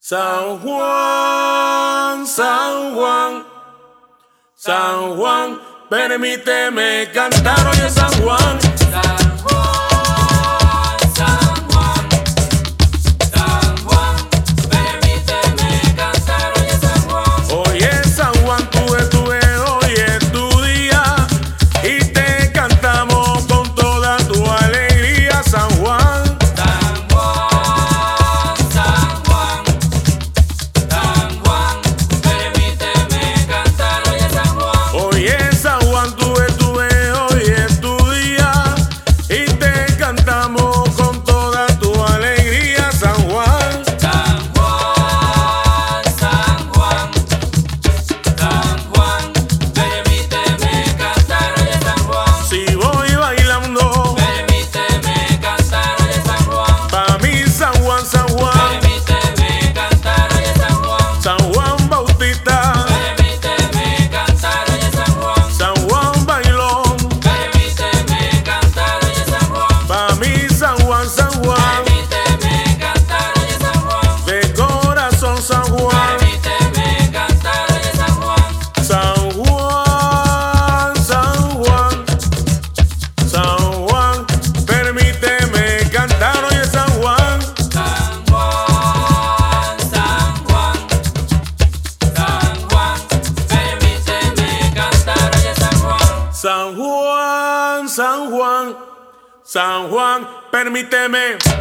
San Juan, San Juan, San Juan, permíteme cantar hoy en San Juan. San Juan, San Juan, San Juan, permíteme cantar hoy en San Juan. Hoy es San Juan, tuve, tuve, hoy es tu día. Y te cantamos con toda tu alegría, San Juan. San Juan, San Juan, San Juan, permíteme cantar hoy en San Juan. Hoy es San Juan, tuve, tuve, hoy es tu día. Y te cantamos con toda tu alegría, San Juan. San Juan, San Juan, San Juan, permíteme cantar hoy en San Juan. Si voy bailando, Permíteme cantar hoy en San Juan. pa' mí San Juan, San Juan, Permíteme cantar hoy en San Juan. San Juan Bautista, Permíteme cantar hoy en San Juan. San Juan Bailón, Permíteme cantar hoy en San Juan. pa' mí San Juan, San Juan, Permíteme cantar hoy en San Juan. de corazón San Juan, Permíteme cantar hoy en San Juan. San Juan, San Juan, San Juan, permíteme cantar hoy en San Juan, San Juan, San Juan, San Juan, permíteme cantar hoy en San Juan, San Juan, San San Juan. Juan, permíteme.